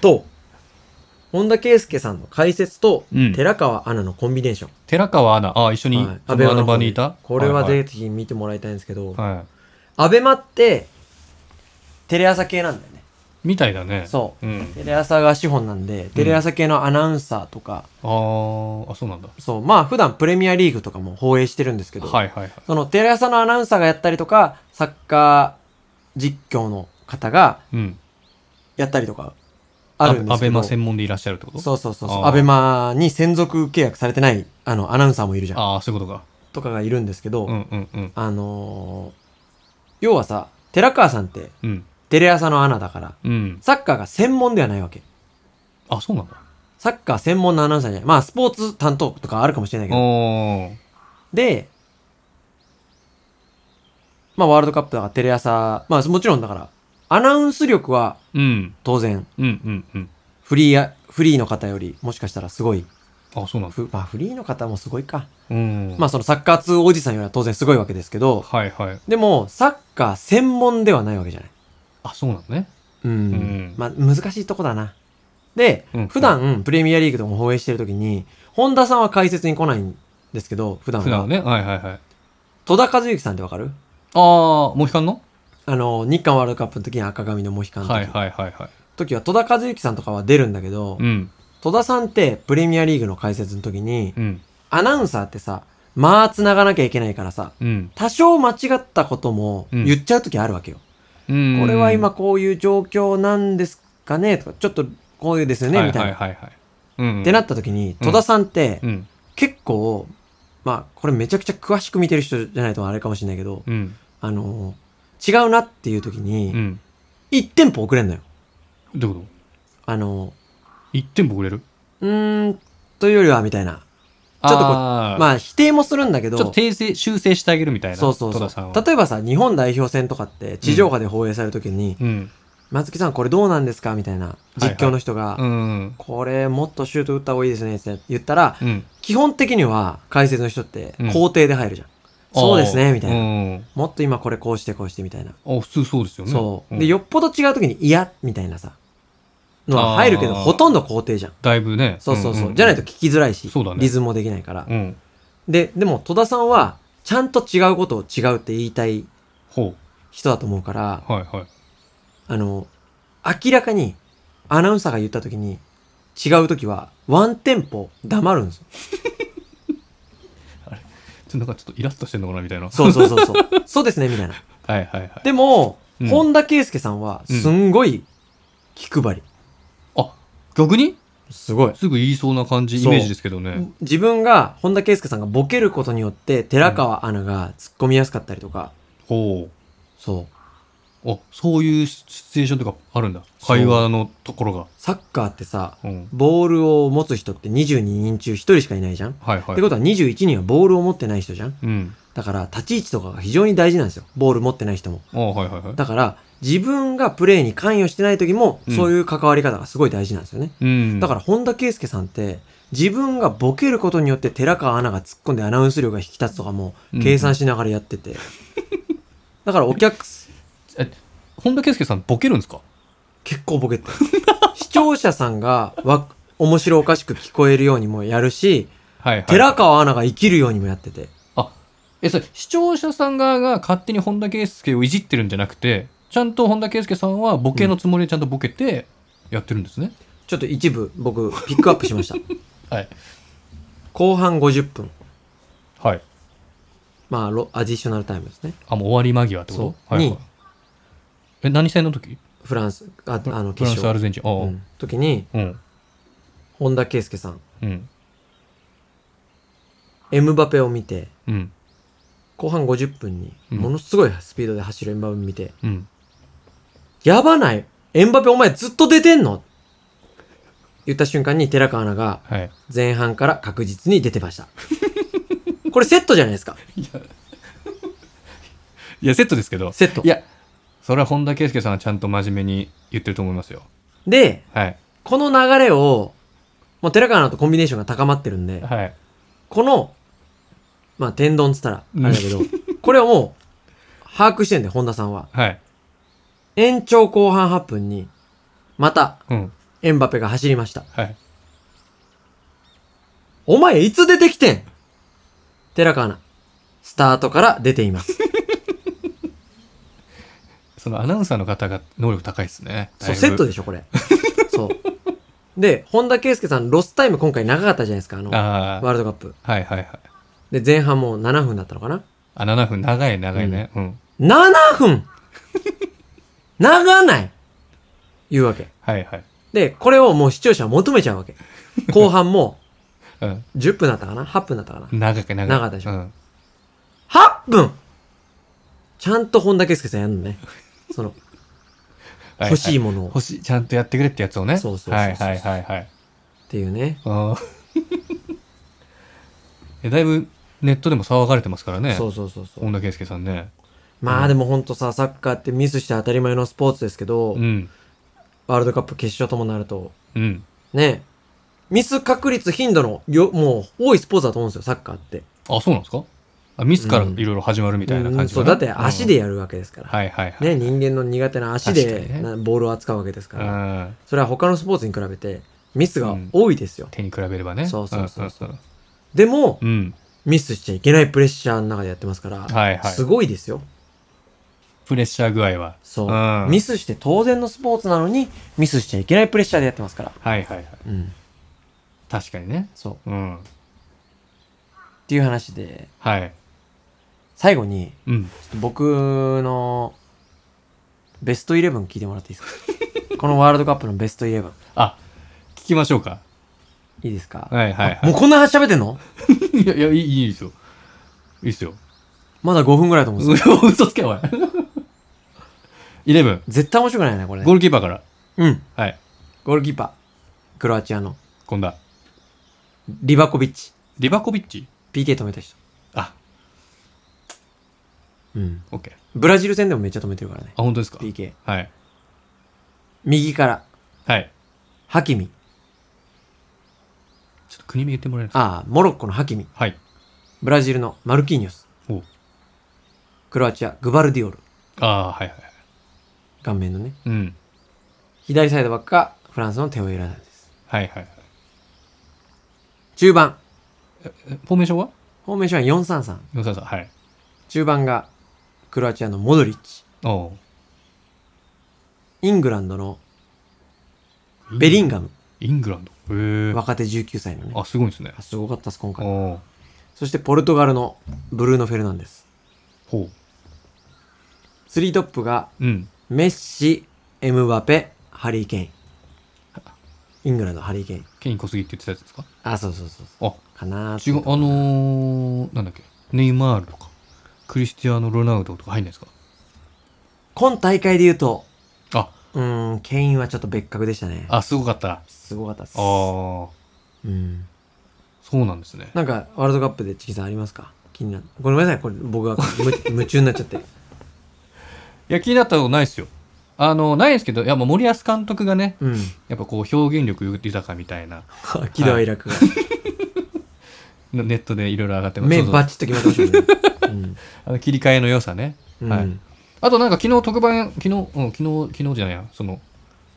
[SPEAKER 2] と、本田圭佑さんの解説と、
[SPEAKER 1] うん
[SPEAKER 2] 寺川アナのコンビネーション。
[SPEAKER 1] 寺川アナ、あ、一緒に、
[SPEAKER 2] はい
[SPEAKER 1] あの場にい
[SPEAKER 2] アベマの
[SPEAKER 1] た
[SPEAKER 2] 方これはぜ
[SPEAKER 1] い
[SPEAKER 2] ひ見てもらいたいんですけ
[SPEAKER 1] は
[SPEAKER 2] ど、
[SPEAKER 1] い、は
[SPEAKER 2] アベマって、テレ朝系なんだよね。
[SPEAKER 1] い。みたいだね。。
[SPEAKER 2] そう
[SPEAKER 1] うん。
[SPEAKER 2] テレ朝が資本なんで、テレ朝系のアナウンサーとか、
[SPEAKER 1] あー、あ、そうなんだ。
[SPEAKER 2] そう、まあ普段プレミアリーグとかも放映してるんですけど、
[SPEAKER 1] はいはいはい。
[SPEAKER 2] そのテレ朝のアナウンサーがやったりとか、サッカー実況の方が
[SPEAKER 1] うん。
[SPEAKER 2] やったりとか、あるんで
[SPEAKER 1] ア
[SPEAKER 2] すけ
[SPEAKER 1] ベ
[SPEAKER 2] ど。
[SPEAKER 1] マ専門でいらっしゃるってこと
[SPEAKER 2] そうそうそうそう。
[SPEAKER 1] あー
[SPEAKER 2] アベマに専属契約されてない、あの、アナウンサーもいるじゃん。
[SPEAKER 1] ああ、そういうことか。
[SPEAKER 2] とかがいるんですけど、
[SPEAKER 1] うんうんうん。
[SPEAKER 2] あのー要はさ、寺川さんって、
[SPEAKER 1] うん。
[SPEAKER 2] テレ朝のアナだから、
[SPEAKER 1] うん。
[SPEAKER 2] サッカーが専門ではないわけ。
[SPEAKER 1] あ、そうなんだ。
[SPEAKER 2] サッカー専門のアナウンサーじゃない。まあ、スポーツ担当とかあるかもしれないけど。
[SPEAKER 1] おー。
[SPEAKER 2] で、まあ、ワールドカップだからテレ朝、まあ、もちろんだから、アナウンス力は
[SPEAKER 1] うん。
[SPEAKER 2] 当然、
[SPEAKER 1] うんうんうん。
[SPEAKER 2] フリーや、フリーの方より、もしかしたらすごい、
[SPEAKER 1] あ、そうなんだ。
[SPEAKER 2] ふまあ、フリーの方もすごいか。
[SPEAKER 1] うん。
[SPEAKER 2] まあ、そのサッカー通おじさんよりは当然すごいわけですけど、
[SPEAKER 1] はいはい。
[SPEAKER 2] でも、サッカー専門ではないわけじゃない。
[SPEAKER 1] あ、そうなんだね。
[SPEAKER 2] うん。
[SPEAKER 1] ん
[SPEAKER 2] まあ、難しいとこだな。で、
[SPEAKER 1] うん
[SPEAKER 2] 普段、プレミアリーグとかも放映してるときに、本田さんは解説に来ないんですけど、普段は。
[SPEAKER 1] 普段はね。はいはいはい。
[SPEAKER 2] 戸田和幸さんってわかる
[SPEAKER 1] ああ、モヒカンの
[SPEAKER 2] あの、日韓ワールドカップの時に赤髪のモヒカンの時,、
[SPEAKER 1] はいはいはいはい。
[SPEAKER 2] 時は戸田和幸さんとかは出るんだけど、
[SPEAKER 1] うん。
[SPEAKER 2] 戸田さんってプレミアリーグの解説の時に、
[SPEAKER 1] うん。
[SPEAKER 2] アナウンサーってさ、間繋がなきゃいけないからさ、
[SPEAKER 1] うん。
[SPEAKER 2] 多少間違ったことも
[SPEAKER 1] うん
[SPEAKER 2] 言っちゃう時あるわけよ。
[SPEAKER 1] うん
[SPEAKER 2] これは今、こういう状況なんですかねとか、ちょっとこういうですよねみたいな。
[SPEAKER 1] はいはいはいはい。うん。
[SPEAKER 2] ってなった時に、戸田さんって
[SPEAKER 1] うん。
[SPEAKER 2] 結構、まあ、これめちゃくちゃ詳しく見てる人じゃないとあれかもしれないけど、
[SPEAKER 1] うん。
[SPEAKER 2] あの、違うなっていう時
[SPEAKER 1] う
[SPEAKER 2] に、
[SPEAKER 1] ん。
[SPEAKER 2] 一店舗遅れんのよ。
[SPEAKER 1] どういうこ
[SPEAKER 2] あ
[SPEAKER 1] と
[SPEAKER 2] の、
[SPEAKER 1] 一店舗売れる
[SPEAKER 2] うーん、というよりは、みたいな。
[SPEAKER 1] ち
[SPEAKER 2] ょっとこう
[SPEAKER 1] まあ
[SPEAKER 2] まあ、否定もするんだけ
[SPEAKER 1] ー、
[SPEAKER 2] ど、
[SPEAKER 1] ちょっと訂正、修正してあげるみたいな。
[SPEAKER 2] そうそう
[SPEAKER 1] 戸田
[SPEAKER 2] そ
[SPEAKER 1] さん
[SPEAKER 2] う
[SPEAKER 1] は。。
[SPEAKER 2] 例えばさ、日本代表戦とかって、地上波で放映される時に、
[SPEAKER 1] うん。
[SPEAKER 2] 松木さんこれどうなんですかみたいな、実況の人が、
[SPEAKER 1] うん。
[SPEAKER 2] これもっとシュート打った方がいいですねって言ったら、
[SPEAKER 1] うん。
[SPEAKER 2] 基本的には解説の人って
[SPEAKER 1] うん
[SPEAKER 2] 肯定で入るじゃん。そうですね、みたいな。
[SPEAKER 1] な。
[SPEAKER 2] もっと今これこうしてこうしてみたいな。
[SPEAKER 1] うん。あ、普通そうですよね。
[SPEAKER 2] そう。
[SPEAKER 1] ん
[SPEAKER 2] で、よっぽど違う時に嫌、みたいなさ。のは入るけど、
[SPEAKER 1] あー
[SPEAKER 2] ほとんど肯定じゃん。
[SPEAKER 1] だいぶね。
[SPEAKER 2] そうそうそう。
[SPEAKER 1] んんん
[SPEAKER 2] じゃないと。聞きづらいし、
[SPEAKER 1] そうだね
[SPEAKER 2] リズムもできないから。
[SPEAKER 1] うん。
[SPEAKER 2] で、でも戸田さんは、ちゃんと違うことを違うって言いたい
[SPEAKER 1] ほ
[SPEAKER 2] 人だと思うから、
[SPEAKER 1] う。はいはい。
[SPEAKER 2] あの、明らかにアナウンサーが言った時に、違う時は、ワンテンポ黙るんですよ。
[SPEAKER 1] ちょなんかちょっとイラッとしてんのかなみたいな。
[SPEAKER 2] そうそう そうそう。そうですね、みたいな。
[SPEAKER 1] はいはいはい。
[SPEAKER 2] でも、
[SPEAKER 1] うん
[SPEAKER 2] 本田圭佑さんは、すんごい気配り。
[SPEAKER 1] あ、逆に
[SPEAKER 2] すごい。
[SPEAKER 1] すぐ言いそうな感じ、イ
[SPEAKER 2] そう
[SPEAKER 1] メージですけどね。
[SPEAKER 2] 自分が、本田圭佑さんがボケることによって、寺川アナが突っ込みやすかったりとか、
[SPEAKER 1] ほう。
[SPEAKER 2] そう。
[SPEAKER 1] あ、そういうシチュエーションとかあるんだ。
[SPEAKER 2] そう
[SPEAKER 1] 会話のところが。
[SPEAKER 2] サッカーってさ、
[SPEAKER 1] うん。
[SPEAKER 2] ボールを持つ人って22人中1人しかいないじゃん、
[SPEAKER 1] はいは
[SPEAKER 2] っ
[SPEAKER 1] い。
[SPEAKER 2] てことは21人はボールを持ってない人じゃん
[SPEAKER 1] うん。
[SPEAKER 2] だから、立ち位置とかが非常に大事なんですよ。ボール持ってない人も。
[SPEAKER 1] あはいはいはい。
[SPEAKER 2] だから、自分がプレーに関与してない時も、
[SPEAKER 1] うん
[SPEAKER 2] そういう関わり方がすごい大事なんですよね。
[SPEAKER 1] うん。、
[SPEAKER 2] だからら本田圭佑さんって自分がボケることによって寺川アナが突っ込んでアナウンス量が引き立つとかも
[SPEAKER 1] うん
[SPEAKER 2] 計算しながらやってて、だからお客す
[SPEAKER 1] 本田圭佑さんボケるんですか
[SPEAKER 2] 結構 ボケてる視聴者さんがわ面白おかしく聞こえるようにもやるし
[SPEAKER 1] はいはい。
[SPEAKER 2] 寺川アナが生きるようにもやってて
[SPEAKER 1] あ、え、それ、視聴者さん側が勝手に本田圭佑をいじってるんじゃなくて、ちゃんと本田圭佑さんはボケのつもりでちゃんとボケてやってるんですね。
[SPEAKER 2] ちょっと一部僕ピックアップ しました
[SPEAKER 1] はい。
[SPEAKER 2] 後半50分
[SPEAKER 1] はい。
[SPEAKER 2] まあロアディショナルタイムですね
[SPEAKER 1] あ、もう終わり間際ってこ
[SPEAKER 2] そ
[SPEAKER 1] と
[SPEAKER 2] う
[SPEAKER 1] はいは
[SPEAKER 2] に
[SPEAKER 1] い。え、何戦の時
[SPEAKER 2] フランスああの
[SPEAKER 1] フ
[SPEAKER 2] 決
[SPEAKER 1] ランス、ア
[SPEAKER 2] 勝
[SPEAKER 1] ルゼンチン。ああ。
[SPEAKER 2] うん時に
[SPEAKER 1] うん。
[SPEAKER 2] 本田圭佑さん
[SPEAKER 1] うん。
[SPEAKER 2] エムバペを見て
[SPEAKER 1] うん。
[SPEAKER 2] 後半50分に、
[SPEAKER 1] うん
[SPEAKER 2] ものすごいスピードで走るエンバペ見て、
[SPEAKER 1] うん。
[SPEAKER 2] やばないエンバペお前ずっと出てんの言った瞬間に寺川アナが
[SPEAKER 1] はい。
[SPEAKER 2] 前半から確実に出てま した。これセットじゃないですか。
[SPEAKER 1] いや、セットですけど。
[SPEAKER 2] セット。
[SPEAKER 1] いや、それは本田圭佑さんはちゃんと真面目に言ってると思いますよ。
[SPEAKER 2] で、
[SPEAKER 1] はい。
[SPEAKER 2] この流れを、もう寺川のとコンビネーションが高まってるんで、
[SPEAKER 1] はい。
[SPEAKER 2] この、まあ、天丼っつったら、
[SPEAKER 1] うん
[SPEAKER 2] あれだけど、これをもう、把握してんで、本田さんは。
[SPEAKER 1] はい。
[SPEAKER 2] 延長後半8分に、また、
[SPEAKER 1] うん。
[SPEAKER 2] エンバペが走りました。
[SPEAKER 1] はい。
[SPEAKER 2] お前、いつ出てきてん寺川アナ、スタートから出ています。
[SPEAKER 1] そのアナウンサーの方が能力高いですね。
[SPEAKER 2] そう、セット
[SPEAKER 1] で。
[SPEAKER 2] でしょ、これ。そう。で、本田圭佑さん、ロスタイム今回長かったじゃないですか、あの、ワ
[SPEAKER 1] あ
[SPEAKER 2] ールドカップ。
[SPEAKER 1] あ。はいはいはい。
[SPEAKER 2] で、前半もう7分だったのかな
[SPEAKER 1] あ、7分。長い長いね。うん。
[SPEAKER 2] 7分長ない言うわけ。
[SPEAKER 1] はいはい。
[SPEAKER 2] で、これをもう視聴者は求めちゃうわけ。後半も
[SPEAKER 1] うん。
[SPEAKER 2] 10分だったかな ?8 分だったかな
[SPEAKER 1] 長く長い。
[SPEAKER 2] 長かったでしょ
[SPEAKER 1] うん。
[SPEAKER 2] ?8 分ちゃんと本田圭佑さんやるのね。その、
[SPEAKER 1] は
[SPEAKER 2] 欲しい
[SPEAKER 1] い
[SPEAKER 2] ものを
[SPEAKER 1] 欲しい。ちゃんとやってくれってやつをね。
[SPEAKER 2] そうそうそうそう
[SPEAKER 1] はいはいはいはい。
[SPEAKER 2] っていうね。
[SPEAKER 1] あー えだいぶネットでも騒がれてますからね。
[SPEAKER 2] そうそうそうそう。
[SPEAKER 1] 本田圭佑さんね。
[SPEAKER 2] まあでもほんとさ、サッカーってミスして当たり前のスポーツですけど、
[SPEAKER 1] うん。
[SPEAKER 2] ワールドカップ決勝ともなると、
[SPEAKER 1] うん。
[SPEAKER 2] ね、ミス確率頻度のよ、もう多いスポーツだと思うんですよ、サッカーって。
[SPEAKER 1] あ、そうなんですかあミスからいろいろ始まるみたいな
[SPEAKER 2] う
[SPEAKER 1] 感
[SPEAKER 2] ん
[SPEAKER 1] じ
[SPEAKER 2] そ
[SPEAKER 1] か
[SPEAKER 2] う、
[SPEAKER 1] な
[SPEAKER 2] だって足でやるわけですか
[SPEAKER 1] うん
[SPEAKER 2] ら。
[SPEAKER 1] はいはいはい。
[SPEAKER 2] ね、人間の苦手な足
[SPEAKER 1] 確か
[SPEAKER 2] で
[SPEAKER 1] にね
[SPEAKER 2] なボールを扱うわけです
[SPEAKER 1] う
[SPEAKER 2] から。
[SPEAKER 1] ん。
[SPEAKER 2] それは他のスポーツに比べてミスが多いですよ。
[SPEAKER 1] 手に比べればね。
[SPEAKER 2] そうそうそうそ
[SPEAKER 1] んん
[SPEAKER 2] でも
[SPEAKER 1] う、ん。
[SPEAKER 2] ミスしちゃいけないプレッシャーの中でやってますから、
[SPEAKER 1] はいはい
[SPEAKER 2] すごいですよ。
[SPEAKER 1] プレッシャー具合は。
[SPEAKER 2] そう、
[SPEAKER 1] うん
[SPEAKER 2] ミスして当然のスポーツなのに、ミスしちゃいけないプレッシャーでやってますから。
[SPEAKER 1] はいはいはい。
[SPEAKER 2] うん。
[SPEAKER 1] 確かにね。
[SPEAKER 2] そう。っ
[SPEAKER 1] うん。
[SPEAKER 2] ていう話で、
[SPEAKER 1] はい。
[SPEAKER 2] 最後に、
[SPEAKER 1] うん。
[SPEAKER 2] ちょっと僕のベストイレブン聞いてもらっていいです かこのワールドカップのベストイレブン。
[SPEAKER 1] あ、聞きましょうか。
[SPEAKER 2] いいですか、
[SPEAKER 1] はいはい
[SPEAKER 2] あもう
[SPEAKER 1] は
[SPEAKER 2] こんな話喋ってんの
[SPEAKER 1] い。いや、いや、いいいいですよ。いいですよ。
[SPEAKER 2] まだ5分ぐらいだと思うんですよ。
[SPEAKER 1] 嘘つけ、おい。イレブン。
[SPEAKER 2] 絶対面白くないね、これね
[SPEAKER 1] ゴールキーパーから。
[SPEAKER 2] うん。
[SPEAKER 1] はい。
[SPEAKER 2] ゴールキーパー。クロアチアの
[SPEAKER 1] 今度は。
[SPEAKER 2] リバコビッチ。
[SPEAKER 1] リバコビッチ
[SPEAKER 2] PK 止めた人。
[SPEAKER 1] あ、
[SPEAKER 2] うん。
[SPEAKER 1] オッケー。あ、
[SPEAKER 2] ブラジル戦でもめっちゃ止めてるからね。
[SPEAKER 1] 本当ですか
[SPEAKER 2] PK。
[SPEAKER 1] はい。
[SPEAKER 2] 右から、
[SPEAKER 1] はい。
[SPEAKER 2] ハキミ。
[SPEAKER 1] ちょっと国名言ってもらえますか
[SPEAKER 2] ああ、モロッコのハキミ。
[SPEAKER 1] はい。
[SPEAKER 2] ブラジルのマルキーニョス。
[SPEAKER 1] お
[SPEAKER 2] クロアチア、グバルディオル。
[SPEAKER 1] ああ、はいはいはい。
[SPEAKER 2] 顔面のね。
[SPEAKER 1] うん。
[SPEAKER 2] 左サイドばっか、フランスのテオ・エラナンです。
[SPEAKER 1] はいはいはい。
[SPEAKER 2] 中盤。
[SPEAKER 1] えフォーメーションは
[SPEAKER 2] フォーメーションは433。
[SPEAKER 1] よささん。はい。
[SPEAKER 2] 中盤が、クロアチアのモドリッチ。
[SPEAKER 1] お
[SPEAKER 2] イングランドの
[SPEAKER 1] う
[SPEAKER 2] ベリン
[SPEAKER 1] グ。
[SPEAKER 2] ガム。
[SPEAKER 1] イングランド。へえ。
[SPEAKER 2] 若手19歳のね。
[SPEAKER 1] あ、すごいですね。
[SPEAKER 2] あすごかったです、今
[SPEAKER 1] お
[SPEAKER 2] 回。
[SPEAKER 1] おう
[SPEAKER 2] そしてポルトガルのブルーノ・フェルナンデス。
[SPEAKER 1] ほ
[SPEAKER 2] スリートップが
[SPEAKER 1] う。うん。
[SPEAKER 2] メッシ、エムバペ、ハリー・ケイン。イングランド、ハリー・ケイン。
[SPEAKER 1] ケイン小杉って言ってたやつですか
[SPEAKER 2] あ、そうそうそうそ
[SPEAKER 1] あ、
[SPEAKER 2] う。かなーって
[SPEAKER 1] 違う、あ
[SPEAKER 2] い
[SPEAKER 1] のー、なんだっけ。ネイマールとか、クリスティアーノ・ロナウドとか入んないですか
[SPEAKER 2] 今大会で言うと、
[SPEAKER 1] あ、
[SPEAKER 2] うーん、ケインはちょっと別格でしたね。
[SPEAKER 1] あ、すごかった。あ
[SPEAKER 2] すごかったっす。
[SPEAKER 1] あ、そ
[SPEAKER 2] うん。
[SPEAKER 1] うなんですね。
[SPEAKER 2] なんか、ワールドカップでチキさんありますか気になる。ごめんなさい、これ僕がむ 夢中になっちゃって。
[SPEAKER 1] いや、気になったことないですよ。あの、ないですけど、いや、もう森保監督がね、
[SPEAKER 2] うん。
[SPEAKER 1] やっぱこう、表現力豊かみたいな、
[SPEAKER 2] 喜怒哀楽が。
[SPEAKER 1] のネットでいろいろ上がってます
[SPEAKER 2] 目
[SPEAKER 1] そうそう
[SPEAKER 2] バチッと決めてほしいね。 うん
[SPEAKER 1] あの切り替えの良さね。
[SPEAKER 2] う
[SPEAKER 1] はい
[SPEAKER 2] ん。
[SPEAKER 1] あとなんか昨日特番、昨日、うん、昨日、昨日じゃないや、その、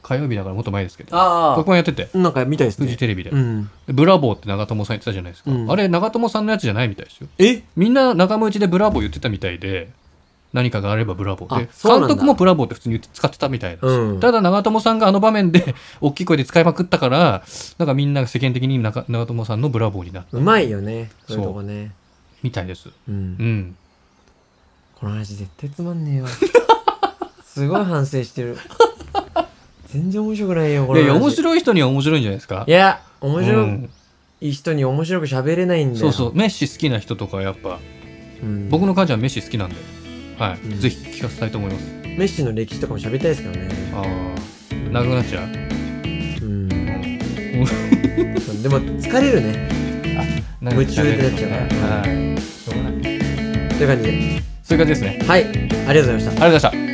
[SPEAKER 1] 火曜日だからもっと前ですけど、
[SPEAKER 2] あ
[SPEAKER 1] 特番やってて、
[SPEAKER 2] あ。なんか見たいです
[SPEAKER 1] フジ
[SPEAKER 2] ね。
[SPEAKER 1] テレビで。
[SPEAKER 2] うん。
[SPEAKER 1] でブラボーって長友さん言ってたじゃないですか。
[SPEAKER 2] うん
[SPEAKER 1] あれ、長友さんのやつじゃないみたいですよ。
[SPEAKER 2] え
[SPEAKER 1] みんな仲間内でブラボー言ってたみたいで、何かがあればブラボーで
[SPEAKER 2] あ、そう
[SPEAKER 1] 監
[SPEAKER 2] なんだ
[SPEAKER 1] 督もブラボーって普通に言って使ってたみたいなんですよ
[SPEAKER 2] うん。
[SPEAKER 1] ただ長友さんがあの場面で 大きい声で使いまくったから、なんかみんなが世間的に長長友さんのブラボーになった
[SPEAKER 2] うまいよね。そういう
[SPEAKER 1] そう
[SPEAKER 2] とこね。
[SPEAKER 1] みたいです。
[SPEAKER 2] うん
[SPEAKER 1] う。ん。
[SPEAKER 2] この話絶対つまんねえわ。 すごい反省してる。全然面白くないよ、こ
[SPEAKER 1] い
[SPEAKER 2] れ。
[SPEAKER 1] やいや、面
[SPEAKER 2] い。
[SPEAKER 1] 白い人には面白いんじゃないですか
[SPEAKER 2] い。や、面
[SPEAKER 1] う
[SPEAKER 2] 白
[SPEAKER 1] ん
[SPEAKER 2] い人に面白く喋れないんだよ。
[SPEAKER 1] そうそう、メッシ好きな人とかやっぱ、
[SPEAKER 2] うん。
[SPEAKER 1] 僕の母ちゃんメッシ好きなんで、はい、
[SPEAKER 2] うん
[SPEAKER 1] ぜひ聞かせたいと思います。
[SPEAKER 2] メッシの歴史とかも喋りたいですからね。
[SPEAKER 1] ああ、長くなっちゃう。
[SPEAKER 2] う
[SPEAKER 1] うん
[SPEAKER 2] ん。でも疲れるね。夢中になっちゃう
[SPEAKER 1] は
[SPEAKER 2] ね
[SPEAKER 1] い。しょうがない。
[SPEAKER 2] という感じで。
[SPEAKER 1] そういう感じですね。
[SPEAKER 2] はい。ありがとうございました。
[SPEAKER 1] ありがとうございました。